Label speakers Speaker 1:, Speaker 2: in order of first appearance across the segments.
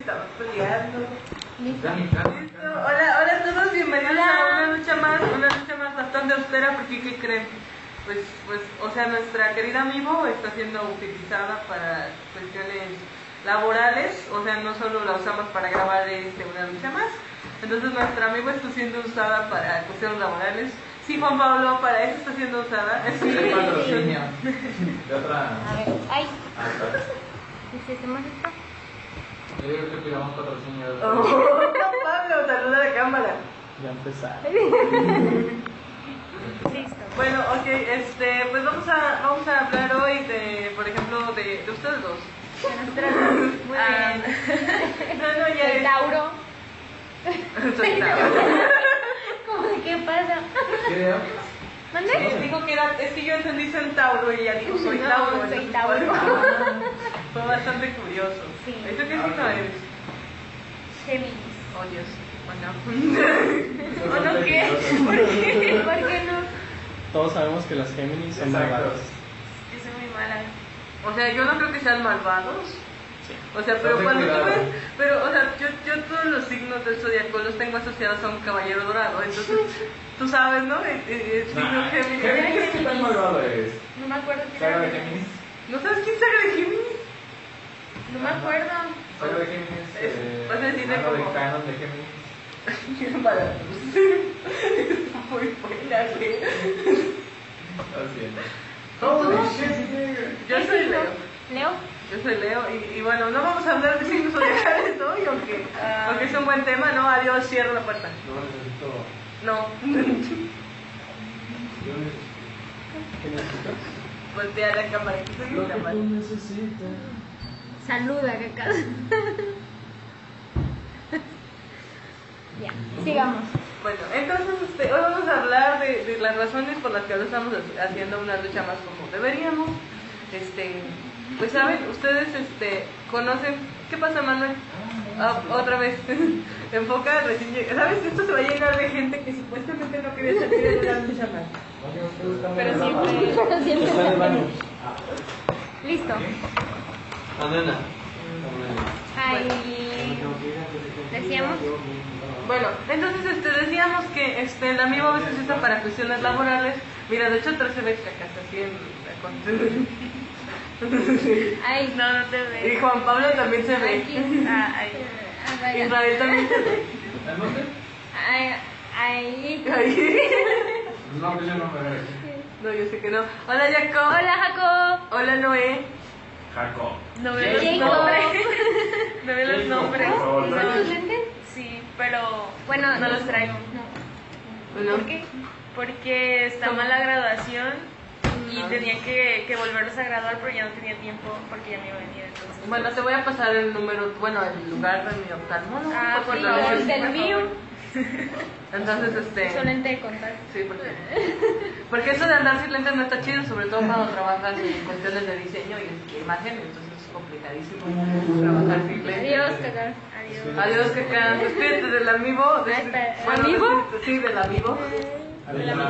Speaker 1: estamos peleando. Listo. Hola, hola a todos, bienvenidos a una lucha más, una lucha más bastante austera, porque ¿qué creen? Pues, pues, o sea, nuestra querida amigo está siendo utilizada para cuestiones laborales, o sea, no solo la usamos para grabar este, una lucha más, entonces nuestra amigo está siendo usada para cuestiones laborales. Sí, Juan Pablo, para eso está siendo usada.
Speaker 2: Hay patrocinio de otra.
Speaker 3: A ver, ay,
Speaker 2: Ah, claro.
Speaker 3: ¿y si hacemos esto?
Speaker 2: Yo digo que pidamos patrocinio de
Speaker 1: Oh,
Speaker 2: otra.
Speaker 1: Pablo, saluda a la cámara.
Speaker 2: Ya empezar.
Speaker 3: Listo.
Speaker 1: Bueno, ok, este, pues vamos a, vamos a hablar hoy de, por ejemplo, de, de ustedes dos.
Speaker 3: Muy
Speaker 1: Ah,
Speaker 3: bien.
Speaker 1: no, no, ya
Speaker 3: Soy
Speaker 1: es-
Speaker 3: Tauro.
Speaker 1: Soy Tauro.
Speaker 3: ¿Cómo de qué pasa?
Speaker 2: Creo.
Speaker 1: Sí,
Speaker 3: ¿Mande?
Speaker 1: Eh, dijo que era, es que yo entendí Centauro y ella dijo soy
Speaker 3: No,
Speaker 1: Tauro.
Speaker 3: soy
Speaker 1: entonces pues,
Speaker 3: Tauro.
Speaker 1: Fue, fue bastante curioso.
Speaker 3: Sí.
Speaker 1: ¿Eso qué signo eres?
Speaker 3: Géminis.
Speaker 1: Oh, Dios. Bueno.
Speaker 3: ¿O no qué? ¿Por qué? ¿Por qué no?
Speaker 4: Todos sabemos que las Géminis son
Speaker 2: Exacto.
Speaker 4: malvadas.
Speaker 3: Yo soy muy mala.
Speaker 1: O sea, yo no creo que sean malvados.
Speaker 4: Sí.
Speaker 1: O sea, pero
Speaker 2: Ten
Speaker 1: cuando tú
Speaker 2: cuidado.
Speaker 1: ves, pero, o sea, yo, yo todos los signos del zodiaco los tengo asociados a un caballero dorado, entonces, tú sabes, ¿no? El, el- el signo
Speaker 2: Nah,
Speaker 1: Géminis.
Speaker 2: Géminis, ¿qué tan malvado eres?
Speaker 3: No me acuerdo quién
Speaker 2: ¿Saga
Speaker 3: era.
Speaker 2: de Géminis?
Speaker 1: ¿No sabes quién sabe de Géminis?
Speaker 3: No me acuerdo.
Speaker 2: ¿Saga de Géminis?
Speaker 1: Es-
Speaker 2: eh,
Speaker 1: vas a decirle
Speaker 2: mano
Speaker 1: como-
Speaker 2: de canon de Géminis?
Speaker 1: Muy buena, ¿sí?
Speaker 2: Estás bien.
Speaker 3: ¿Tú?
Speaker 2: Holy shit.
Speaker 1: Yo
Speaker 3: ¿Qué
Speaker 1: soy
Speaker 3: signo?
Speaker 1: Leo.
Speaker 3: ¿Leo?
Speaker 1: Yo soy Leo y, y bueno, no vamos a hablar de signos zodiacales hoy, aunque,
Speaker 3: Ah.
Speaker 1: aunque es un buen tema, ¿no? Adiós, cierro la puerta.
Speaker 2: Yo necesito.
Speaker 1: No,
Speaker 2: Yo necesito.
Speaker 4: ¿Qué necesitas?
Speaker 1: voltea la cámara, que soy
Speaker 2: Lo que
Speaker 1: una
Speaker 2: tú
Speaker 1: mala.
Speaker 2: necesitas.
Speaker 3: Saluda, cacas. ya, sigamos.
Speaker 1: Bueno, entonces este, hoy vamos a hablar de, de las razones por las que ahora estamos ha- haciendo una lucha más como deberíamos. Este, pues saben, ustedes este, conocen. ¿Qué pasa, Manuel? Ah, otra vez. Enfoca al recién llegado. ¿Sabes? Esto se va a llenar de gente que supuestamente no quería salir de una lucha más.
Speaker 2: No, yo estoy buscando
Speaker 1: Pero
Speaker 2: la Ah.
Speaker 1: siempre-
Speaker 2: lámpara.
Speaker 4: Está en el baño.
Speaker 3: Listo.
Speaker 4: Banana.
Speaker 3: Ay. Decíamos.
Speaker 1: Bueno, entonces este, decíamos que este, el amigo a veces usa para cuestiones laborales. Mira, de hecho, tres veces cacas así en la
Speaker 3: Ay, no, no te veo.
Speaker 1: Y Juan Pablo también se ve.
Speaker 3: Aquí. Ah, ahí. Ah, vaya.
Speaker 1: Israel también se ve.
Speaker 2: ¿En dónde?
Speaker 3: Ay, ahí.
Speaker 2: No, que yo no me veo aquí.
Speaker 1: No, yo sé que no. Hola, Jacob.
Speaker 3: Hola, Jacob.
Speaker 1: Hola, Noé.
Speaker 2: Jacob.
Speaker 5: No veo los nombres.
Speaker 3: Jacob.
Speaker 5: No veo los
Speaker 2: Jacob,
Speaker 5: nombres.
Speaker 2: por favor,
Speaker 3: ¿Usan
Speaker 2: tráeme.
Speaker 3: tus lentes?
Speaker 5: Sí, pero
Speaker 3: Bueno,
Speaker 5: no los traigo.
Speaker 1: Hola.
Speaker 5: ¿Por qué? Porque está mal la graduación y
Speaker 1: Ah.
Speaker 5: tenía que, que volverlos a graduar, pero ya no tenía tiempo porque ya no iba a venir. Entonces,
Speaker 1: Bueno, te voy a pasar el número, bueno, el lugar de mi oftalmólogo.
Speaker 5: Ah,
Speaker 1: por
Speaker 5: sí,
Speaker 1: la
Speaker 5: no,
Speaker 1: noche.
Speaker 3: el del mío.
Speaker 1: Entonces, este...
Speaker 3: Su lente de contacto.
Speaker 1: Sí, porque... Porque eso de andar sin lentes no está chido, sobre todo cuando trabajas en cuestiones de diseño y de imagen, entonces es complicadísimo trabajar sin lentes.
Speaker 3: Adiós, cacao. Adiós.
Speaker 1: Adiós, Caca. Despídete del amigo. de-
Speaker 3: Ah, espera,
Speaker 1: bueno,
Speaker 3: ¿amigo?
Speaker 1: despídete, Sí, del amigo.
Speaker 2: Alguna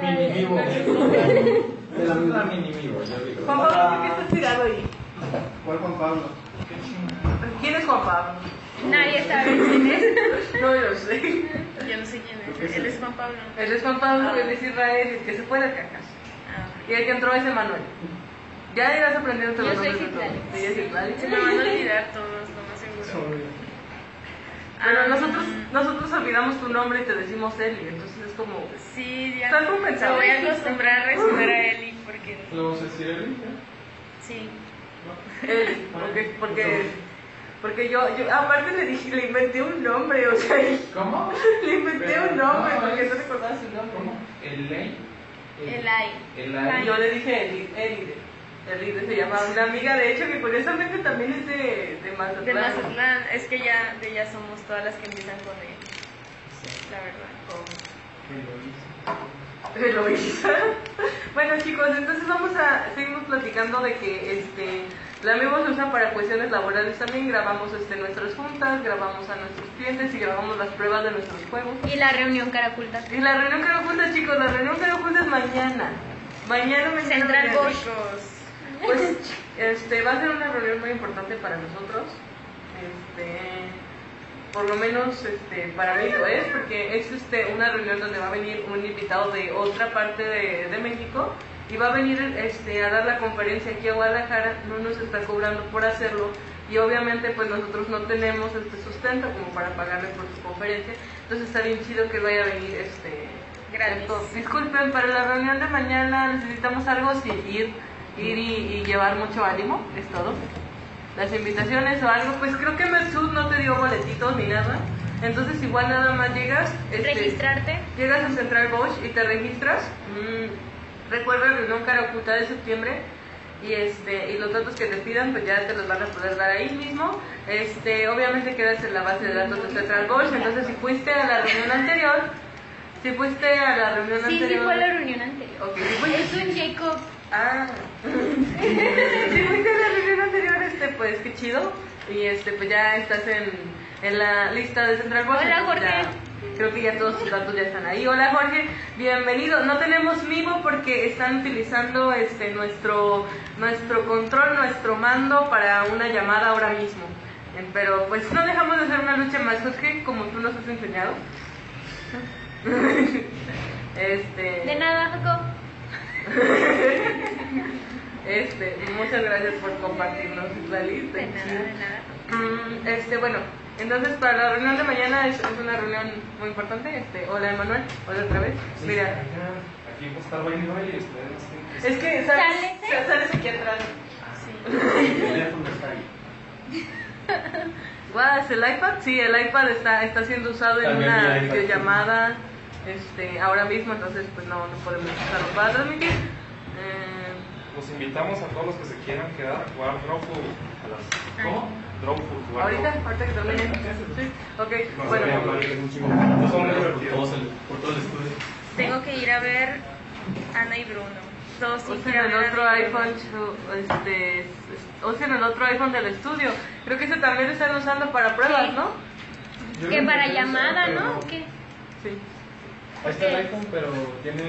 Speaker 2: mini vivo. Es una mini vivo, yo digo.
Speaker 1: Juan Pablo, ¿por qué estás tirado ahí?
Speaker 6: ¿Cuál Juan Pablo?
Speaker 1: ¿Quién es Juan Pablo?
Speaker 3: Nadie sabe quién es.
Speaker 1: No lo sé.
Speaker 5: yo no sé quién es. Él es Juan Pablo.
Speaker 1: Él es Juan Pablo, él es Israel, el que se puede cacas.
Speaker 5: Ah,
Speaker 1: Y el que entró es Emanuel. Ya irás aprendiendo
Speaker 3: Yo
Speaker 1: los
Speaker 3: soy
Speaker 1: nombres de todos.
Speaker 3: Citlali.
Speaker 1: Ella es Citlali.
Speaker 5: se me van a olvidar todos, lo más seguro.
Speaker 1: Pero
Speaker 5: Ah,
Speaker 1: nosotros,
Speaker 5: mm,
Speaker 1: nosotros olvidamos tu nombre y te decimos Eli, entonces es como...
Speaker 5: Sí, ya.
Speaker 1: Estás
Speaker 5: Me
Speaker 1: compensado.
Speaker 5: voy a acostumbrar a resumir a Eli porque.
Speaker 2: ¿Lo vamos a decir Eli?
Speaker 5: Sí.
Speaker 1: Eli, porque... porque porque yo, yo aparte le dije, le inventé un nombre, o sea, le
Speaker 2: ¿Cómo?
Speaker 1: inventé un nombre porque no recordaba su nombre.
Speaker 2: ¿Cómo? Eli.
Speaker 5: Eli.
Speaker 1: Y yo le dije Eli, Eli, Eli se llamaba una amiga, de hecho, que curiosamente también es de, de Mazatlán.
Speaker 5: De Mazatlán, es que ya, de ya somos todas las que empiezan con él. La verdad.
Speaker 1: Eloísa. Bueno chicos, entonces vamos a seguimos platicando de que este la Memo se usa para cuestiones laborales también, grabamos este nuestras juntas, grabamos a nuestros clientes y grabamos las pruebas de nuestros juegos.
Speaker 3: Y la reunión cara oculta.
Speaker 1: Y la reunión que nos junta chicos, la reunión que nos junta es mañana. Mañana me
Speaker 3: Central Bosch.
Speaker 5: Chicos,
Speaker 1: Pues este va a ser una reunión muy importante para nosotros. este, por lo menos este, para mí lo es, porque es este, una reunión donde va a venir un invitado de otra parte de, de México y va a venir este, a dar la conferencia aquí a Guadalajara, no nos está cobrando por hacerlo y obviamente pues nosotros no tenemos este sustento como para pagarle por su conferencia, entonces está bien chido que vaya a venir este
Speaker 5: Gratis.
Speaker 1: entonces, Disculpen, para la reunión de mañana necesitamos algo sin ir, ir y, y llevar mucho ánimo, es todo. Las invitaciones o algo, pues creo que Mesud no te dio boletitos ni nada. Entonces igual nada más llegas, este,
Speaker 3: Registrarte.
Speaker 1: llegas a Central Bosch y te registras. Mm, recuerda la reunión Caracuta de septiembre. Y, este, y los datos que te pidan, pues ya te los van a poder dar ahí mismo. Este, obviamente quedas en la base de datos de Central Bosch. Entonces, si fuiste a la reunión anterior, si fuiste a la reunión
Speaker 3: Sí,
Speaker 1: anterior.
Speaker 3: sí fue la reunión anterior.
Speaker 1: Ok, si fuiste-
Speaker 3: Es un Jacob.
Speaker 1: Ah. si fuiste a la reunión anterior, este, pues qué chido. Y este, pues ya estás en, en la lista de Central Bosch.
Speaker 3: Hola,
Speaker 1: entonces ya-
Speaker 3: Jorge.
Speaker 1: creo que ya todos sus datos ya están ahí. Hola Jorge, bienvenido. No tenemos Mimo porque están utilizando este nuestro nuestro control, nuestro mando para una llamada ahora mismo. Eh, Pero pues no dejamos de hacer una lucha más, Jorge, como tú nos has enseñado. este.
Speaker 3: De nada, Jacob.
Speaker 1: Este, muchas gracias por compartirnos la lista.
Speaker 5: De nada, de nada.
Speaker 1: Mm, este, bueno, entonces para la reunión de mañana es, es una reunión muy importante. Este, hola Emanuel, hola otra vez. Mira,
Speaker 2: Aquí va a estar baile y baile, ustedes no tienen que-
Speaker 1: es que sales,
Speaker 3: Sales, ¿eh?
Speaker 1: sa- sales aquí atrás.
Speaker 2: El este teléfono está ahí.
Speaker 1: ¿Guau, ¿Es el iPad? Sí, el iPad está, está siendo usado en
Speaker 4: También
Speaker 1: una
Speaker 4: mi iPad.
Speaker 1: videollamada este, ahora mismo, entonces pues no, no podemos usarlo para transmitir. Eh,
Speaker 6: Los invitamos a todos los que se quieran quedar a jugar Drawful a las... ¿Cómo? Drawful, jugar
Speaker 1: ahorita,
Speaker 6: Drawful.
Speaker 1: ahorita que termine. Sí, ok,
Speaker 6: No se vayan a
Speaker 1: bueno.
Speaker 6: hablar, que es un chingo. No son muy
Speaker 4: Por
Speaker 6: divertidos.
Speaker 4: todos el- por todo el estudio.
Speaker 5: Tengo que ir a ver Ana y Bruno. Todos tienen que
Speaker 1: Usen
Speaker 5: ir a
Speaker 1: el
Speaker 5: ver a
Speaker 1: otro
Speaker 5: Ana y Bruno.
Speaker 1: iPhone, su- este, s- usen el otro iPhone del estudio. Creo que ese también lo están usando para pruebas,
Speaker 3: Sí.
Speaker 1: ¿no?
Speaker 4: Yo
Speaker 3: Que
Speaker 4: lo
Speaker 3: para
Speaker 4: intenté usar,
Speaker 3: llamada,
Speaker 4: pero
Speaker 3: ¿no?
Speaker 2: Este
Speaker 3: ¿Qué?
Speaker 1: Sí.
Speaker 4: Ahí está el iPhone, pero tiene.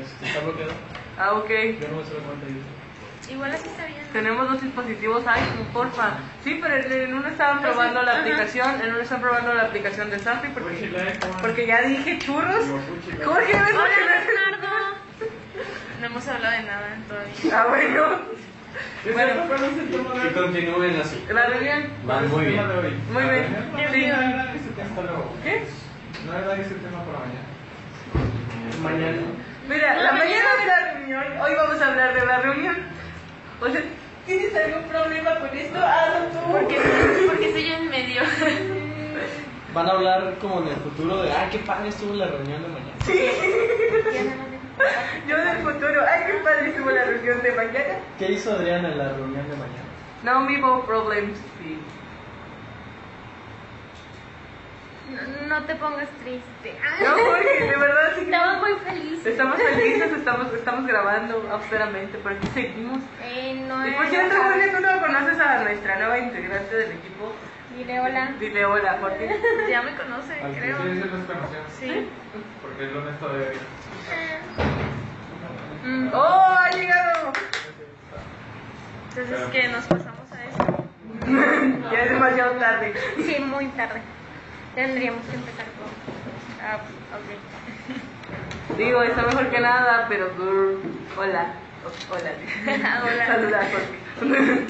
Speaker 4: este, Está bloqueado.
Speaker 1: Ah, ok.
Speaker 4: Yo no me sé cuánto dice.
Speaker 5: Igual así está bien.
Speaker 1: Tenemos dos dispositivos iPhone, porfa. Sí, pero en- en uno estaban probando la
Speaker 5: Ajá.
Speaker 1: aplicación, en uno están probando la aplicación de Samsung
Speaker 2: Fuchi,
Speaker 1: porque,
Speaker 2: la iPhone.
Speaker 1: porque ya dije churros.
Speaker 2: Digo, fuchi, la-
Speaker 1: Jorge, ves lo que me
Speaker 3: Hola,
Speaker 1: haces?
Speaker 3: Bernardo.
Speaker 5: No hemos hablado de nada todavía.
Speaker 1: Ah, bueno.
Speaker 2: Bueno,
Speaker 1: Bueno,
Speaker 2: que
Speaker 4: Que continúen así.
Speaker 1: la reunión.
Speaker 4: Van muy bien.
Speaker 1: Muy bien. Sí.
Speaker 2: No era ese tema para luego.
Speaker 1: ¿Qué?
Speaker 2: No era ese tema para mañana.
Speaker 4: Mañana.
Speaker 1: Mira, la mañana de la reunión, hoy vamos a hablar de la reunión. O sea, ¿tienes algún problema con esto? Hazlo tú.
Speaker 5: Porque, porque soy en medio.
Speaker 4: Van a hablar como en el futuro de, ah, qué padre estuvo la reunión de mañana.
Speaker 1: Yo del futuro, ay, qué padre estuvo la reunión de mañana.
Speaker 4: ¿Qué hizo Adriana en la reunión de mañana?
Speaker 1: No vivo problems, sí.
Speaker 3: No, no te pongas triste.
Speaker 1: No, Jorge, de verdad sí.
Speaker 3: Estaba muy feliz.
Speaker 1: Estamos felices, estamos, estamos grabando austeramente, pero aquí seguimos.
Speaker 3: Eh, no
Speaker 1: Y
Speaker 3: es.
Speaker 1: por cierto, Jorge, tú no conoces a nuestra nueva integrante del equipo.
Speaker 3: Dile hola.
Speaker 1: Dile hola, Jorge.
Speaker 5: Ya me conoce,
Speaker 2: Al que
Speaker 5: creo.
Speaker 2: sí se los conocemos,
Speaker 5: Sí.
Speaker 2: porque es lo honesto de Adrián.
Speaker 5: Mm.
Speaker 1: ¡Oh, ha llegado!
Speaker 5: Entonces que nos pasamos a eso.
Speaker 1: Ya es demasiado tarde.
Speaker 3: Sí, muy tarde. Tendríamos que empezar con.
Speaker 5: Ah, ok.
Speaker 1: Digo, está mejor que nada, pero girl, hola. O- Hola.
Speaker 5: Hola.
Speaker 1: Saluda, Jorge.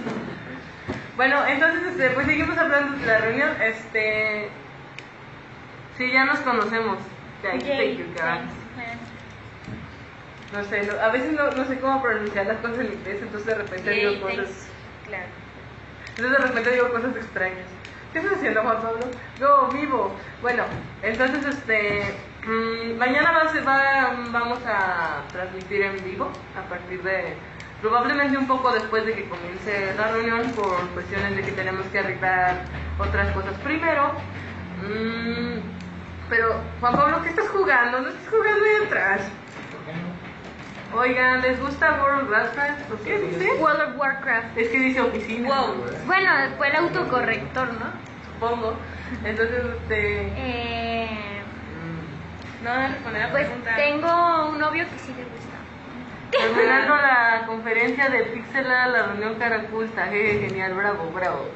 Speaker 1: bueno, entonces, este, pues seguimos hablando de la reunión. Este. Sí, ya nos conocemos. Ya, thank you, girl. No sé, no- a veces no, no sé cómo pronunciar las cosas en inglés, entonces de repente
Speaker 5: Yay,
Speaker 1: digo cosas.
Speaker 5: thanks. Claro.
Speaker 1: Entonces de repente digo cosas extrañas. ¿Qué estás haciendo, Juan Pablo? Yo vivo. Bueno, entonces este mm, mañana va a ser- va- vamos a transmitir en vivo a partir de probablemente un poco después de que comience la reunión por cuestiones de que tenemos que arreglar otras cosas primero. Mm, pero Juan Pablo, ¿qué estás jugando? No estás jugando ahí atrás. Oigan, ¿les gusta World of Warcraft? ¿Por qué dice?
Speaker 3: World of Warcraft.
Speaker 1: Es que dice oficina.
Speaker 3: Wow. Bueno, fue el autocorrector, ¿no?
Speaker 1: Supongo. Entonces, este.
Speaker 3: Eh,
Speaker 1: mm,
Speaker 5: No voy a responder la
Speaker 3: pues
Speaker 5: pregunta.
Speaker 3: tengo un novio que sí le gusta.
Speaker 1: Terminando la conferencia de Pixel a la reunión cara oculta. Eh, genial, bravo, bravo.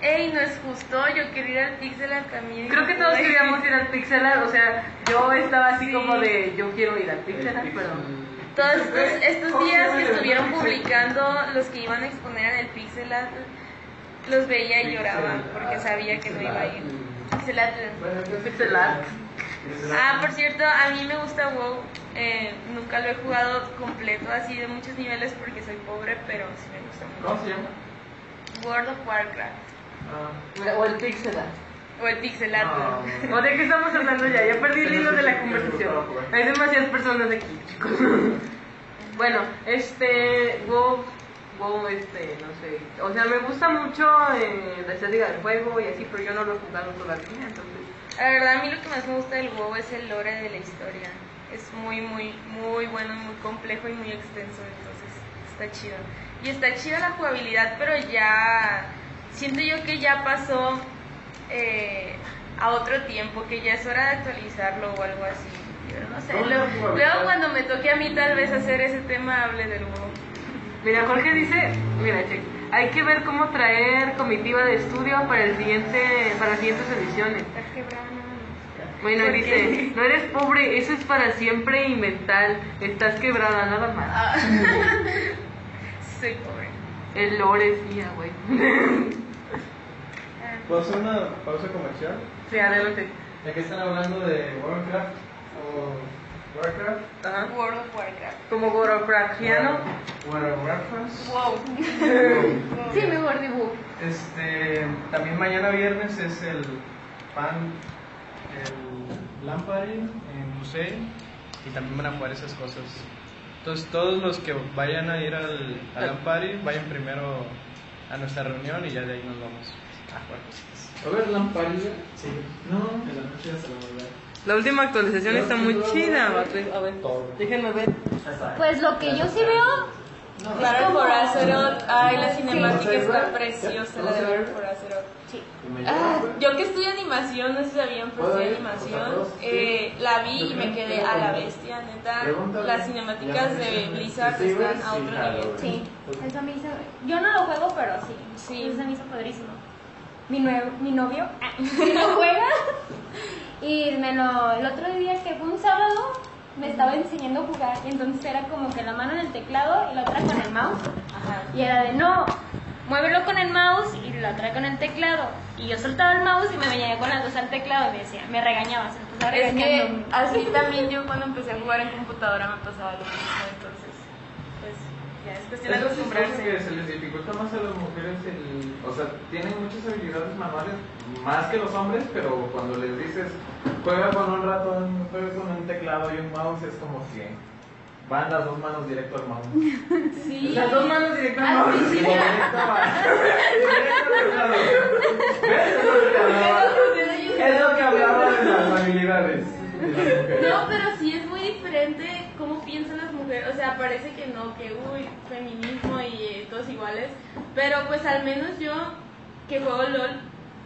Speaker 5: Ey, no es justo, yo quiero ir al Pixel a también.
Speaker 1: Creo que todos queríamos ir al Pixelar, o sea, yo estaba así
Speaker 5: Sí.
Speaker 1: como de, yo quiero ir al Pixelar, pero...
Speaker 4: Mm,
Speaker 5: Todos estos, pues, estos días que estuvieron publicando los que iban a exponer en el Pixel Art, los veía y lloraba porque sabía que no iba a ir.
Speaker 4: mm,
Speaker 5: Pixel Art.
Speaker 1: Pixelar.
Speaker 5: Ah, por cierto, a mí me gusta WoW. eh, nunca lo he jugado completo así de muchos niveles porque soy pobre, pero sí me gusta mucho.
Speaker 2: ¿Cómo se llama?
Speaker 5: World of Warcraft
Speaker 1: O el Pixelar.
Speaker 5: o el Pixel Art.
Speaker 2: Ah,
Speaker 1: ¿O de qué estamos hablando ya? Ya perdí el hilo de la conversación. Hay demasiadas personas aquí, chicos. Bueno, este, WoW, WoW, este, no sé. O sea, me gusta mucho eh, la estética del juego y así, pero yo no lo he jugado todavía, entonces.
Speaker 5: La verdad, a mí lo que más me gusta del WoW es el lore de la historia. Es muy, muy, muy bueno, y muy complejo y muy extenso, entonces está chido. Y está chida la jugabilidad, pero ya siento yo que ya pasó eh, a otro tiempo, que ya es hora de actualizarlo o algo así. Pero no sé,
Speaker 2: ¿Cómo
Speaker 5: luego,
Speaker 2: la jugabilidad?
Speaker 5: luego cuando me toque a mí tal vez hacer ese tema hable del WoW.
Speaker 1: Mira, Jorge dice, mira, che, hay que ver cómo traer comitiva de estudio para el siguiente, para las siguientes ediciones.
Speaker 5: Está quebrado, no, no.
Speaker 1: Bueno,
Speaker 5: ¿Por
Speaker 1: dice,
Speaker 5: qué?
Speaker 1: no eres pobre, eso es para siempre y mental, estás quebrada nada más.
Speaker 5: Soy pobre.
Speaker 1: El lore es mía, güey.
Speaker 5: Ah.
Speaker 4: ¿Puedo hacer una pausa comercial?
Speaker 1: sí, adelante.
Speaker 4: Ya que están hablando de Warcraft o Warcraft.
Speaker 1: Ajá.
Speaker 5: World of Warcraft.
Speaker 1: Como gorofragiano.
Speaker 4: Warcraft.
Speaker 5: Wow.
Speaker 3: Sí, mejor dibujo.
Speaker 4: Este, también mañana viernes es el pan, el Lampard en Museo y también van a jugar esas cosas. Entonces todos los que vayan a ir al, al Lampari vayan primero a nuestra reunión y ya de ahí nos vamos a jugar cositas.
Speaker 2: A ver, lamparilla.
Speaker 4: Sí,
Speaker 2: No.
Speaker 4: en la noche ya se la voy
Speaker 1: La última actualización está muy chida, vato. A ver, déjenme ver.
Speaker 4: a ver.
Speaker 3: Pues lo que yo sí veo,
Speaker 5: Battle for Azeroth, ay, la cinemática
Speaker 2: Sí.
Speaker 5: está preciosa, la de Battle for Azeroth.
Speaker 3: sí.
Speaker 5: Ah, yo que estudio animación, no sé si sabían, pero estudio animación, eh, la vi y me quedé a la bestia, neta. Las cinemáticas de Blizzard están a otro nivel.
Speaker 3: Sí, eso a mí se... Yo no lo juego, pero sí.
Speaker 5: Sí.
Speaker 3: Eso se me hizo padrísimo. Mi, nue- mi novio ah, lo juega y me lo... El otro día que fue un sábado me estaba enseñando a jugar y entonces era como que la mano en el teclado y la otra con el mouse
Speaker 5: Ajá.
Speaker 3: y era de no, muévelo con el mouse y la otra con el teclado y yo soltaba el mouse y me venía con las dos al teclado y me decía, me regañabas, entonces
Speaker 5: Es que
Speaker 3: regañándome.
Speaker 5: así también yo cuando empecé a jugar en computadora me pasaba lo mismo, entonces, pues ya es cuestión de
Speaker 2: Entonces, creo que
Speaker 5: acostumbrarse.
Speaker 2: se les dificulta más a las mujeres el... O sea, tienen muchas habilidades manuales, más que los hombres, pero cuando les dices, juega con un ratón, juega con un teclado y un mouse, es como que van las dos manos directo al mouse.
Speaker 5: Sí.
Speaker 2: Las dos manos directo al mouse.
Speaker 5: sí,
Speaker 2: Directo al mouse. ¿Ves? Es lo que hablaba. Es lo que hablaba de las habilidades de las mujeres.
Speaker 5: No, pero sí es muy diferente cómo piensan las mujeres. O sea, parece que no, que uy, feminismo y eh, todos iguales. Pero pues al menos yo, que juego LOL,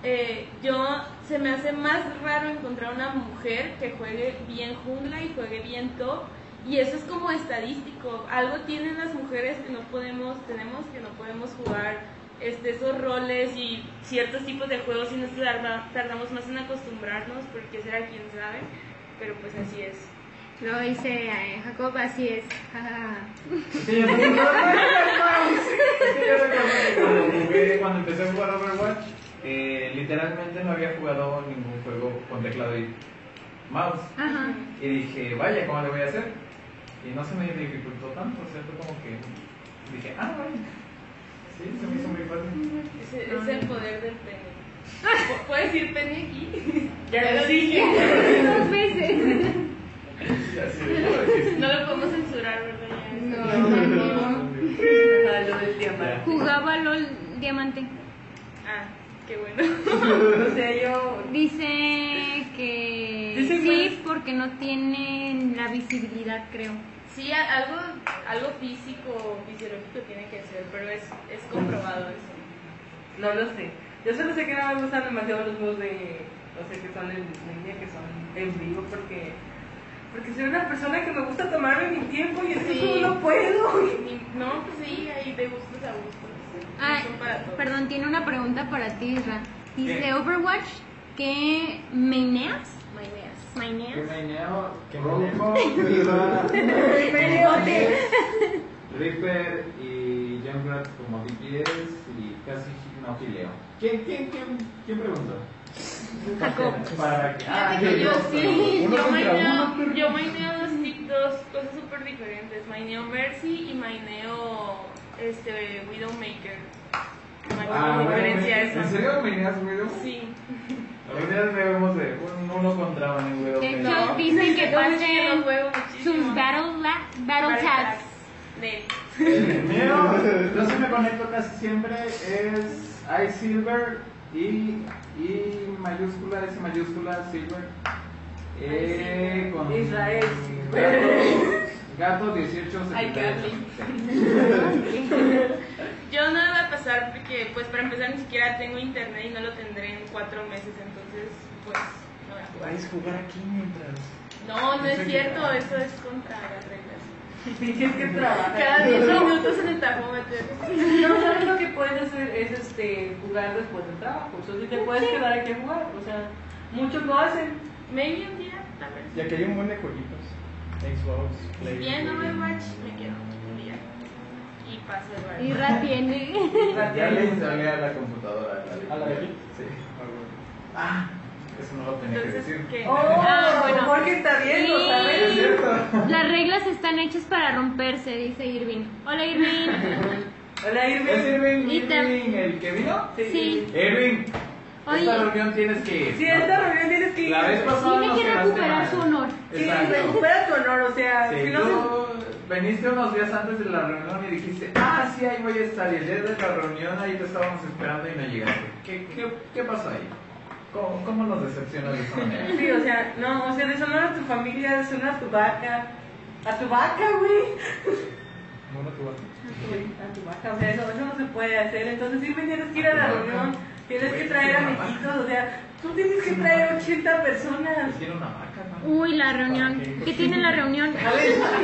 Speaker 5: eh, yo se me hace más raro encontrar una mujer que juegue bien jungla y juegue bien top. Y eso es como estadístico. Algo tienen las mujeres que no podemos, tenemos que no podemos jugar este, esos roles y ciertos tipos de juegos y nos tarda- tardamos más en acostumbrarnos porque será quién sabe. Pero pues así es.
Speaker 3: Lo dice eh, Jacob, así es. ja, ja, ja.
Speaker 2: Sí, yo también. Es que yo recuerdo que cuando jugué- cuando empecé a jugar Overwatch, eh, literalmente no había jugado ningún juego con teclado y mouse.
Speaker 3: Ajá.
Speaker 2: Y dije, vaya, ¿cómo le voy a hacer? Y no se me dificultó tanto, o sea, fue como que dije, ah, vaya. Sí, se me hizo muy fácil.
Speaker 5: Es, es el poder del pene. Pu- ¿Puedo decir pene aquí?
Speaker 1: Ya lo dije.
Speaker 3: Dos veces.
Speaker 2: Y así de fácil.
Speaker 5: No lo podemos censurar, ¿verdad? Ya es-
Speaker 1: Ah, lo del diamante.
Speaker 3: Jugaba LOL Diamante.
Speaker 5: Ah, qué bueno.
Speaker 1: O sea, yo.
Speaker 3: Dice que
Speaker 1: Dice
Speaker 3: sí, porque no tienen la visibilidad, creo.
Speaker 5: Sí, a- algo, algo físico, fisiológico tiene que ser, pero es, es comprobado eso.
Speaker 1: No lo sé. Yo solo sé que no me gustan demasiado los juegos de. O sea, que son en línea, que son en vivo, porque. Porque soy una persona que me gusta tomarme mi tiempo y en eso
Speaker 5: Sí.
Speaker 1: no puedo.
Speaker 5: Ni- No, pues sí, ahí de gustos a gustos.
Speaker 7: Ay,
Speaker 5: Son para todos.
Speaker 7: Ah, perdón, tiene una pregunta para ti, Isra. Dice
Speaker 2: ¿Qué?
Speaker 7: Overwatch que maineas.
Speaker 5: Maineas.
Speaker 2: Que
Speaker 7: Maineas.
Speaker 2: maineo,
Speaker 4: Que
Speaker 2: Robo, Diva, Reaper y Jumprat como DPS y casi no gileo. ¿Quién, quién, quién, quién preguntó?
Speaker 7: Jacob.
Speaker 2: Para que. Ah,
Speaker 5: Fíjate que yo sí,
Speaker 2: Uno
Speaker 5: yo
Speaker 2: contra uno.
Speaker 5: maineo, yo maineo dos, tip- dos cosas súper diferentes. Maineo Mercy y maineo este, Widowmaker. No me
Speaker 2: Ah,
Speaker 5: acuerdo qué
Speaker 2: bueno,
Speaker 5: diferencia
Speaker 2: ¿En
Speaker 5: es.
Speaker 2: serio maineas Widow?
Speaker 5: Sí.
Speaker 2: Algún día debemos de un- uno contra uno en Widow.
Speaker 7: De
Speaker 2: maineas.
Speaker 7: hecho, dicen que
Speaker 5: Yo sí lo
Speaker 7: pasen
Speaker 5: juego muchísimo.
Speaker 7: sus battle, la- battle
Speaker 5: Battle
Speaker 7: tags.
Speaker 5: tags. De-
Speaker 2: El mío, yo sí me conecto casi siempre, es I Silver y, y mayúscula, S mayúscula, Silver. Eh, con
Speaker 1: Israel.
Speaker 2: Gato, gato 18
Speaker 5: Ay, Yo no lo voy a pasar porque, pues, para empezar, ni siquiera tengo internet y no lo tendré en cuatro meses. Entonces, pues, no voy a jugar.
Speaker 4: Puedes jugar aquí mientras.
Speaker 5: No, no es cierto. Eso es contra las reglas.
Speaker 1: Tienes que trabajar.
Speaker 5: Cada 10 minutos en el tajómetro.
Speaker 1: No, ¿sabes lo que puedes hacer? Es este, jugar después del trabajo. Entonces te puedes quedar aquí a jugar. O sea, muchos lo hacen.
Speaker 5: Maybe un día, tal
Speaker 4: Y
Speaker 5: vez.
Speaker 4: aquí hay un buen de jueguitos. Xbox, Play.
Speaker 5: Bien, no me match, me quedo un día. Y paso el bar.
Speaker 7: Isra tiene.
Speaker 2: Ya le instalé a la computadora.
Speaker 4: ¿A la de aquí?
Speaker 2: Sí.
Speaker 4: Ah, bueno.
Speaker 2: Ah, eso no lo tenía que
Speaker 5: Entonces,
Speaker 2: decir.
Speaker 5: ¿qué?
Speaker 1: Oh,
Speaker 5: Ah, bueno.
Speaker 1: porque está viendo,
Speaker 7: Sí.
Speaker 2: Es
Speaker 1: ¿sabes?
Speaker 2: cierto.
Speaker 7: Las reglas están hechas para romperse, dice Irving. Hola Irving.
Speaker 1: Hola,
Speaker 2: ¿Es
Speaker 1: Irving.
Speaker 2: Irving,
Speaker 7: Y tam-
Speaker 2: Irving el que vino?
Speaker 7: Sí.
Speaker 2: Irving, esta
Speaker 7: Oye,
Speaker 2: reunión tienes que ir.
Speaker 1: Si
Speaker 2: ¿no?
Speaker 1: esta reunión tienes que ir.
Speaker 2: La vez
Speaker 7: tiene
Speaker 2: pasada nos
Speaker 7: que
Speaker 2: quedaste
Speaker 7: recuperar
Speaker 2: mal.
Speaker 7: su honor.
Speaker 1: Sí,
Speaker 2: Exacto.
Speaker 1: recupera tu honor, o sea,
Speaker 2: Sí,
Speaker 1: si no se-
Speaker 2: tú veniste unos días antes de la reunión y dijiste, ah, sí, ahí voy a estar. Y el día de la reunión ahí te estábamos esperando y no llegaste. ¿Qué, qué, qué pasó ahí? ¿Cómo, cómo nos decepcionas de esa manera?
Speaker 1: Sí, o sea, no, o sea, deshonor a tu familia, deshonor a tu vaca. A tu vaca, güey.
Speaker 4: Mono tu vato.
Speaker 1: A tu vaca, o sea, eso, eso no se puede hacer. Entonces, sí, me tienes que ir a la
Speaker 2: Vaca.
Speaker 1: reunión, tienes que
Speaker 2: Güey,
Speaker 1: traer
Speaker 2: una vaca.
Speaker 1: amiguitos, o sea, tú tienes que traer 80 personas.
Speaker 2: "Pues Tiene una vaca, ¿no?
Speaker 7: Uy, la reunión. ¿Qué tiene la reunión?
Speaker 1: Y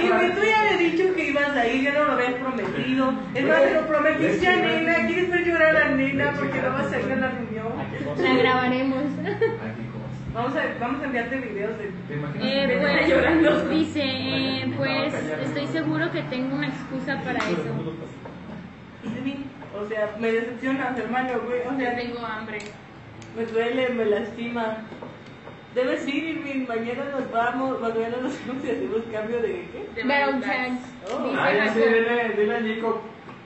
Speaker 1: que tú ya le he dicho que ibas a ir, ya no lo habías prometido. Es más, te lo prometiste a Nena. ¿Quieres ver llorar a Nena porque no vas a ir a la reunión?
Speaker 7: La grabaremos.
Speaker 2: Aquí, ¿cómo?
Speaker 1: Vamos a, vamos a enviarte videos de.
Speaker 2: ¿Te imaginas?
Speaker 7: Eh,
Speaker 1: Venía
Speaker 7: pues,
Speaker 1: llorando.
Speaker 7: Dice, eh, pues estoy seguro que tengo una excusa para eso.
Speaker 1: Irving, O sea, me decepcionas, hermano, güey. O
Speaker 5: Ya
Speaker 1: sea,
Speaker 5: tengo hambre.
Speaker 1: me duele, me lastima. Debes ir, Irvin. Mañana nos vamos, mañana nos vamos y hacemos cambio de qué.
Speaker 5: De
Speaker 7: Battle
Speaker 5: verdad.
Speaker 7: tags.
Speaker 1: Oh.
Speaker 7: Dice
Speaker 2: Ah, ya sé,
Speaker 7: Jacob.
Speaker 2: dile, dile a Jacob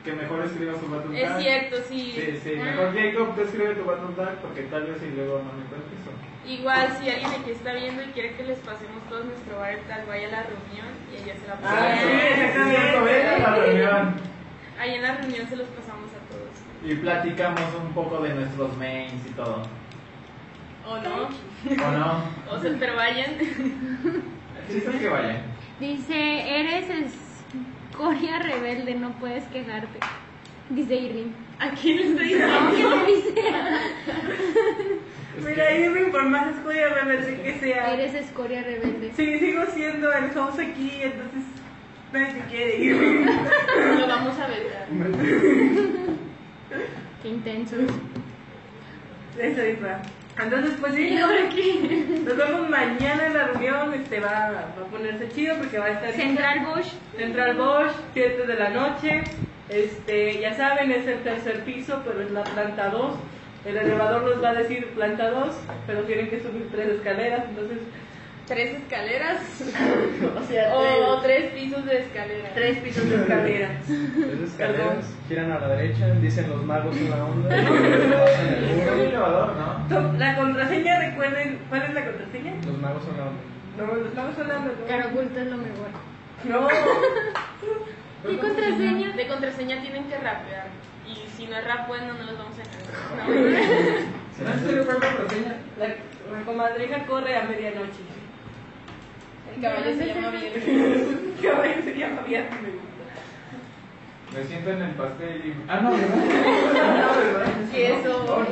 Speaker 2: que mejor escriba su battle
Speaker 5: Es
Speaker 2: tag.
Speaker 5: cierto, sí.
Speaker 2: Sí, sí,
Speaker 5: Ah,
Speaker 2: mejor Jacob, tú escribe tu battle tag porque tal vez y luego no me cuentes eso.
Speaker 5: Igual, si alguien aquí está viendo y quiere que les pasemos todos nuestro bar, tal vaya a la reunión y ella se la pasa.
Speaker 1: Ah, sí, exactamente.
Speaker 2: cierto, ven a la reunión.
Speaker 5: Ahí en la reunión se los pasamos a todos.
Speaker 2: Y platicamos un poco de nuestros mains y todo.
Speaker 5: O no,
Speaker 2: ¿O no?
Speaker 5: o sea, pero vayan.
Speaker 2: El chiste es que vayan.
Speaker 7: Dice, eres escoria rebelde, no puedes quejarte. Dice Irving.
Speaker 5: ¿A quién le estoy diciendo?
Speaker 7: ¿Qué te dice?
Speaker 1: Mira, Irving, por más escuela rebelde que sea.
Speaker 7: Eres escoria rebelde.
Speaker 1: Sí, sigo siendo el host aquí, entonces nadie se quiere ir.
Speaker 5: Lo vamos a vetar.
Speaker 7: Qué intenso.
Speaker 1: Eso es va. Entonces, pues sí, nos vemos mañana en la reunión. Este va, va a ponerse chido porque va a estar
Speaker 7: Central Bush.
Speaker 1: Central Bosch, 7 de la noche. Este, ya saben, es el tercer piso, pero es la planta 2. El elevador nos va a decir planta 2, pero tienen que subir tres escaleras, entonces,
Speaker 5: Tres escaleras
Speaker 1: o sea,
Speaker 5: o
Speaker 1: tres,
Speaker 5: tres pisos de escalera.
Speaker 1: tres pisos de escaleras.
Speaker 4: Tres escaleras, giran a la derecha, dicen los magos en la onda. pasan el
Speaker 2: Es
Speaker 4: muro.
Speaker 2: un elevador, ¿no?
Speaker 1: Tom, La contraseña, recuerden, ¿cuál es la contraseña?
Speaker 4: Los magos en la onda.
Speaker 1: No, no estamos hablando. ¿no?
Speaker 7: Cara oculta es lo mejor.
Speaker 1: No,
Speaker 7: ¿Qué contraseña?
Speaker 5: De contraseña tienen que rapear. Y si no es rap, bueno, no los vamos a dejar.
Speaker 2: ¿No es el elevador contraseña?
Speaker 1: la, la comadreja corre a medianoche.
Speaker 5: El caballo se llama bien.
Speaker 1: ¿Qué bueno, se llama viernes.
Speaker 2: Me siento en el pastel y... Ah, no, ¿verdad? No, ¿verdad?
Speaker 5: Queso.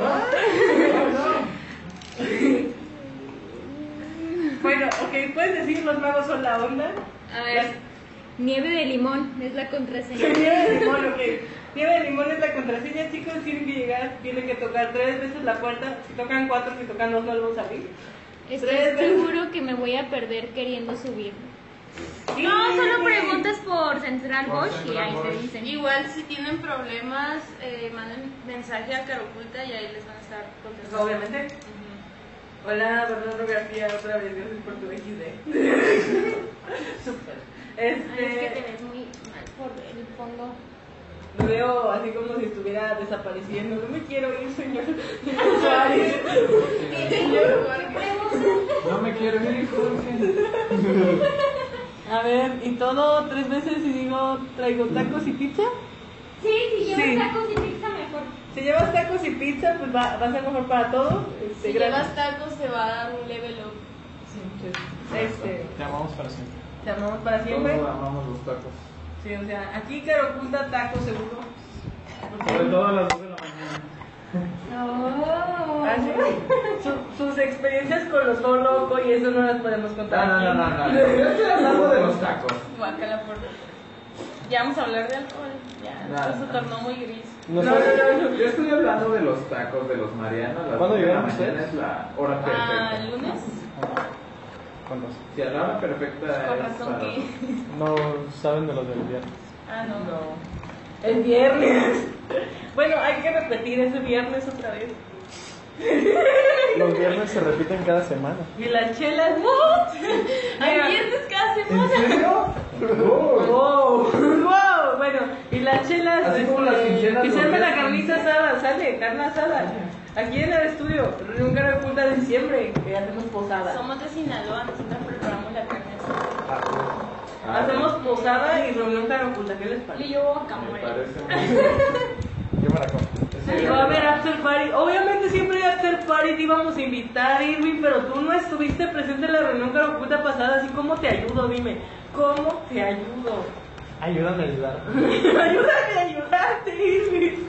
Speaker 1: Bueno, ok, ¿puedes decir los magos son la onda?
Speaker 5: A ver,
Speaker 7: Nieve de limón es la contraseña.
Speaker 1: Nieve de limón, ok. Nieve de limón es la contraseña, chicos. Tienen que llegar, tienen que tocar tres veces la puerta. Si tocan cuatro, si tocan dos, no vamos a abrir. Tres
Speaker 7: Estoy
Speaker 1: veces.
Speaker 7: seguro que me voy a perder queriendo subir.
Speaker 1: Sí.
Speaker 7: No, solo preguntas por Central
Speaker 2: Por
Speaker 7: Bosch y
Speaker 2: Central
Speaker 7: ahí te
Speaker 2: Bosch.
Speaker 7: dicen.
Speaker 5: Igual si tienen problemas, eh, manden mensaje a Caroculta y ahí les van a estar
Speaker 1: Pues,
Speaker 5: contestando.
Speaker 1: obviamente. Hola, Bernardo García, otra vez, gracias por tu XD. Súper.
Speaker 7: Ay, es que te
Speaker 1: Este,
Speaker 7: ves muy mal por el fondo.
Speaker 1: lo veo así como si estuviera desapareciendo. No me quiero ir, señor. Suárez.
Speaker 2: No me quiero ir, Jorge.
Speaker 1: A ver, y todo tres veces y digo, traigo tacos y pizza.
Speaker 3: Sí, si llevas
Speaker 1: Sí.
Speaker 3: tacos y pizza mejor.
Speaker 1: Si llevas tacos y pizza, pues va, va a ser mejor para todos. Este,
Speaker 5: Si
Speaker 1: gracias.
Speaker 5: llevas tacos te va a dar un level up.
Speaker 1: Sí, pues, este,
Speaker 4: Te amamos para siempre.
Speaker 1: te amamos para siempre.
Speaker 2: Todos amamos los tacos.
Speaker 1: Sí, o sea, aquí Caro oculta tacos seguro.
Speaker 2: Sobre todo a las 2 de la mañana.
Speaker 3: Oh.
Speaker 1: Ah, sí. Su- sus experiencias con los todo loco y eso no las podemos
Speaker 2: No,
Speaker 1: contar.
Speaker 2: Ah, no, no, no. no.
Speaker 1: aquí.
Speaker 2: Yo estoy hablando de los tacos.
Speaker 5: Guácala por Ya vamos a hablar de alcohol. Ya,
Speaker 2: Nada.
Speaker 5: esto se tornó muy gris.
Speaker 2: No, no, no, no, yo estoy hablando de los tacos de los Marianos. Las
Speaker 4: ¿Cuándo
Speaker 2: dos de la
Speaker 4: llegaron
Speaker 2: mañana
Speaker 4: ustedes?
Speaker 2: es la hora
Speaker 5: Ah,
Speaker 2: perfecta.
Speaker 5: lunes,
Speaker 4: Con dos.
Speaker 2: Si a la hora perfecta
Speaker 5: con
Speaker 2: es
Speaker 5: razón
Speaker 2: para-
Speaker 5: que.
Speaker 4: No saben de los del viernes.
Speaker 5: Ah, no.
Speaker 1: No. El viernes. Bueno, hay que repetir ese viernes otra vez.
Speaker 4: Los viernes se repiten cada semana.
Speaker 1: Y las chelas.
Speaker 5: Hay
Speaker 1: Mira.
Speaker 5: viernes cada
Speaker 2: ¿En
Speaker 5: semana.
Speaker 2: serio? Oh.
Speaker 1: Wow, wow. Bueno, y las chelas. este,
Speaker 2: Así como las quincenas,
Speaker 1: Que se
Speaker 2: los
Speaker 1: arme la
Speaker 2: viernes.
Speaker 1: carnita asada, sale, carne asada. Aquí en el estudio, reunión cara oculta de diciembre, que hacemos posada.
Speaker 5: Somos de Sinaloa, nosotros preparamos la carne asada.
Speaker 2: Ah,
Speaker 1: Hacemos posada y reunión cara oculta, ¿qué les parece?
Speaker 7: Y yo
Speaker 2: Me
Speaker 7: guacamole.
Speaker 2: parece muy
Speaker 4: Yo me la compro.
Speaker 1: Y va a haber after party. Obviamente siempre hay after party te íbamos a invitar, Irving, pero tú no estuviste presente en la reunión cara oculta pasada, así ¿cómo te ayudo, dime, ¿cómo te ayudo?
Speaker 4: Ayúdame a ayudar.
Speaker 1: Ayúdame a ayudarte, Irving.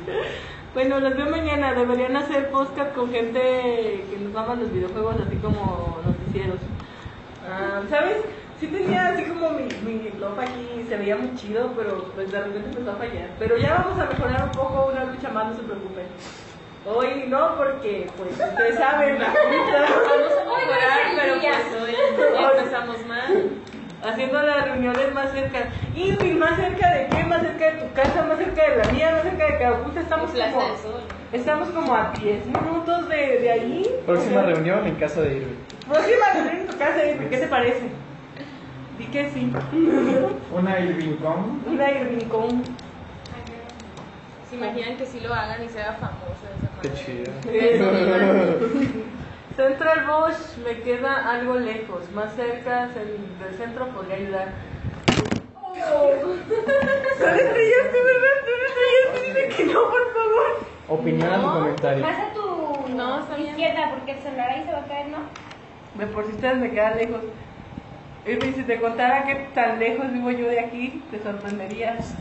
Speaker 1: Bueno, los veo mañana. Deberían hacer podcast con gente que nos aman los videojuegos, así como noticieros. Ah, ¿Sabes? Sí tenía así como mi, mi love aquí, se veía muy chido, pero pues de repente empezó a fallar. Pero ya vamos a mejorar un poco, una lucha más, no se preocupen. Hoy no, porque pues ustedes saben, la
Speaker 5: Vamos a
Speaker 3: Hoy no
Speaker 5: mejorar,
Speaker 3: es el
Speaker 5: pero
Speaker 3: día.
Speaker 5: pues hoy empezamos mal.
Speaker 1: haciendo las reuniones más cerca. Irving, ¿más cerca de qué? ¿Más cerca de tu casa? ¿Más cerca de la mía? ¿Más cerca de Cabuta? Estamos
Speaker 5: Plaza
Speaker 1: como...
Speaker 5: del Sol.
Speaker 1: Estamos como a 10 minutos de, de ahí.
Speaker 4: Próxima
Speaker 1: Ok.
Speaker 4: reunión en casa de Irving.
Speaker 1: Próxima reunión en tu casa, Irving. ¿Qué te parece? Di que sí.
Speaker 2: Una Irving Kong.
Speaker 1: Una Irving con.
Speaker 5: ¿Se imaginan que si lo hagan y sea famosa esa madre?
Speaker 4: Qué chido.
Speaker 1: Central Bosch me queda algo lejos. Más cerca cen- del centro podría ayudar. Son estrellas, tú, ¿verdad? Son estrellas, dile que no, por favor.
Speaker 4: Opinión a tu comentario.
Speaker 3: Más a tu
Speaker 5: No, está bien.
Speaker 3: izquierda porque el celular ahí se va a caer, ¿no?
Speaker 1: De por si ustedes me quedan lejos. Irving, si te contara qué tan lejos vivo yo de aquí, te sorprenderías.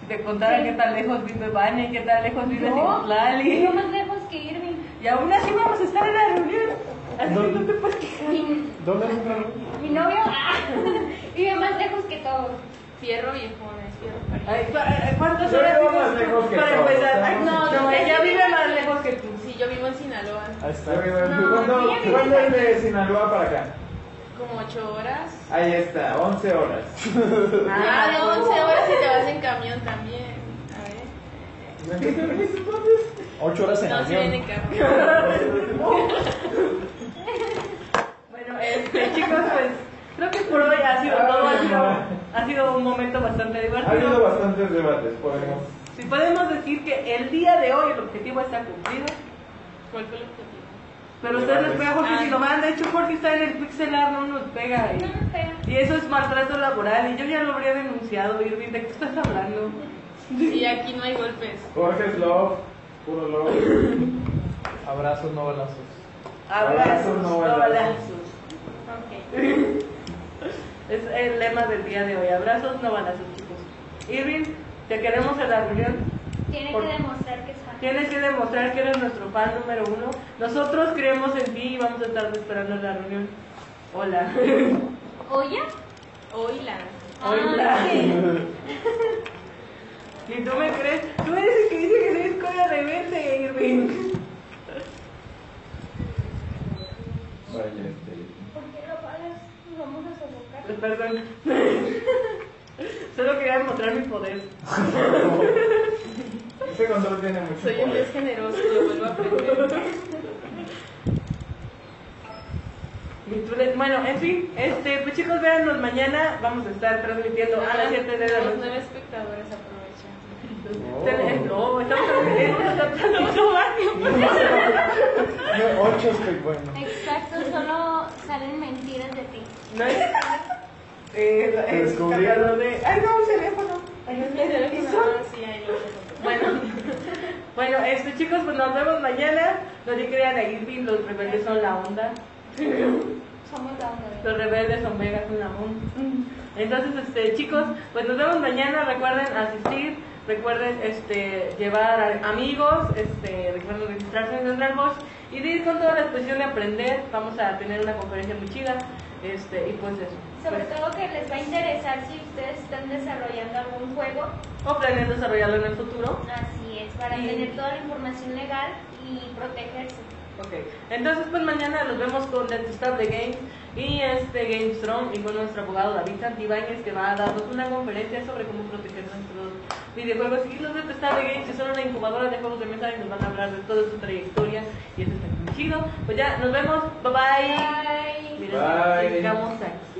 Speaker 1: Si te contara qué tan lejos vive Vane, qué tan lejos vive Lali.
Speaker 3: yo más lejos que Irving.
Speaker 1: Y aún así vamos a estar en la reunión. Así que no te puedes quejar.
Speaker 3: Mi,
Speaker 4: ¿Dónde es la reunión?
Speaker 3: mi novio ah, vive más lejos que todos.
Speaker 5: Fierro viejones, fierro pariente.
Speaker 1: Ay, ¿cu- ay, ¿Cuántas
Speaker 2: Yo
Speaker 1: horas
Speaker 2: vivo
Speaker 1: vives
Speaker 2: más
Speaker 1: tú
Speaker 2: lejos que
Speaker 1: para
Speaker 2: todos.
Speaker 1: empezar? Ay, no,
Speaker 5: No,
Speaker 1: no,
Speaker 5: no,
Speaker 1: ella
Speaker 5: yo
Speaker 1: vive
Speaker 5: vivo-
Speaker 1: más lejos que tú.
Speaker 5: Sí, yo vivo en Sinaloa,
Speaker 4: Ahí
Speaker 2: Yo vivo
Speaker 4: está.
Speaker 2: en-
Speaker 3: No,
Speaker 2: ¿Cuándo
Speaker 3: sí, ya vivo
Speaker 2: cuándo
Speaker 3: acá.
Speaker 2: es de Sinaloa para acá?
Speaker 5: como 8 horas.
Speaker 2: Ahí está, 11 horas.
Speaker 5: Ah, de 11 horas y te vas en camión también. A ver.
Speaker 4: Ocho horas en
Speaker 5: No, si viene en
Speaker 4: avión.
Speaker 5: camión.
Speaker 1: Bueno, este, chicos, pues creo que por hoy ha sido todo. Ha sido, ha sido un momento bastante
Speaker 2: Ah, Ha habido
Speaker 1: divertido.
Speaker 2: bastantes debates, podemos.
Speaker 1: Si podemos decir que el día de hoy el objetivo está cumplido.
Speaker 5: ¿Cuál fue el objetivo?
Speaker 1: Pero ustedes les
Speaker 2: Debates.
Speaker 1: pega porque
Speaker 5: Ah.
Speaker 1: si lo van, de hecho Jorge está en el pixel art, no nos pega.
Speaker 3: No
Speaker 1: Y,
Speaker 3: nos pega.
Speaker 1: y eso es maltrato laboral y yo ya lo habría denunciado, Irving, ¿de qué estás hablando?
Speaker 5: Sí, aquí no hay golpes.
Speaker 2: Jorge es love, puro love.
Speaker 4: Abrazos, no balazos.
Speaker 1: Abrazos,
Speaker 2: Abrazos,
Speaker 1: no
Speaker 2: no
Speaker 1: balazos.
Speaker 5: Ok.
Speaker 1: Es el lema del día de hoy, abrazos, no balazos, chicos. Irving, te queremos en la reunión.
Speaker 3: Tiene
Speaker 1: Por-
Speaker 3: que demostrar que está.
Speaker 1: Tienes que demostrar que eres nuestro fan número uno. Nosotros creemos en ti y vamos a estar esperando en la reunión. Hola.
Speaker 3: ¿Oye?
Speaker 5: Hoy la.
Speaker 1: Ah, Hola. Y tú me crees, tú eres el que dice que soy escuela rebelde, Irving.
Speaker 2: Vaya, este.
Speaker 3: ¿Por qué lo pagas? Nos vamos a sofocar.
Speaker 1: Pues, Perdón. Solo quería demostrar mi poder.
Speaker 2: Ese control tiene mucho
Speaker 5: Soy un
Speaker 2: poder.
Speaker 5: dios generoso, lo vuelvo a aprender.
Speaker 1: Y tú le- Bueno, en fin, este, pues chicos, véannos mañana. Vamos a estar transmitiendo a las 7 de la
Speaker 5: Los
Speaker 1: noche.
Speaker 5: nueve espectadores aprovechan.
Speaker 1: Ten- No, estamos transmitiendo, estamos transmitiendo más.
Speaker 2: No, Ocho es que bueno.
Speaker 7: Exacto, solo salen mentiras de ti.
Speaker 1: No es. Eh,
Speaker 2: Te
Speaker 1: el
Speaker 2: descubrieron.
Speaker 1: cazador de. ¡Ay, no, un teléfono! Ay, un
Speaker 5: Y
Speaker 1: teléfono.
Speaker 5: son- sí, ahí lo tengo.
Speaker 1: Bueno, bueno, este chicos, pues nos vemos mañana. No le crean a Irving, los rebeldes son la onda.
Speaker 3: Somos la onda de-
Speaker 1: Los rebeldes son Vegas, son la onda. Entonces, este chicos, pues nos vemos mañana. Recuerden asistir, recuerden este llevar a- amigos, este recuerden registrarse en nuestras voz y de ir con toda la disposición de aprender. Vamos a tener una conferencia muy chida. Este, y pues eso.
Speaker 3: Sobre
Speaker 1: Pues,
Speaker 3: todo que les va a interesar si ustedes están desarrollando algún juego.
Speaker 1: o planean desarrollarlo en el futuro.
Speaker 3: Así es, para
Speaker 1: Sí.
Speaker 3: tener toda la información legal y protegerse.
Speaker 1: Ok, entonces pues mañana nos vemos con Dentistable de Games y este GameStrong y con nuestro abogado David Santibáñez que va a darnos una conferencia sobre cómo proteger nuestros videojuegos y los Detestable Games que son una incubadora de juegos de mesa y nos van a hablar de toda su trayectoria y eso está muy chido. Pues ya, nos vemos, bye bye.
Speaker 3: Bye.
Speaker 1: Miren,
Speaker 2: Bye.
Speaker 1: sigamos aquí.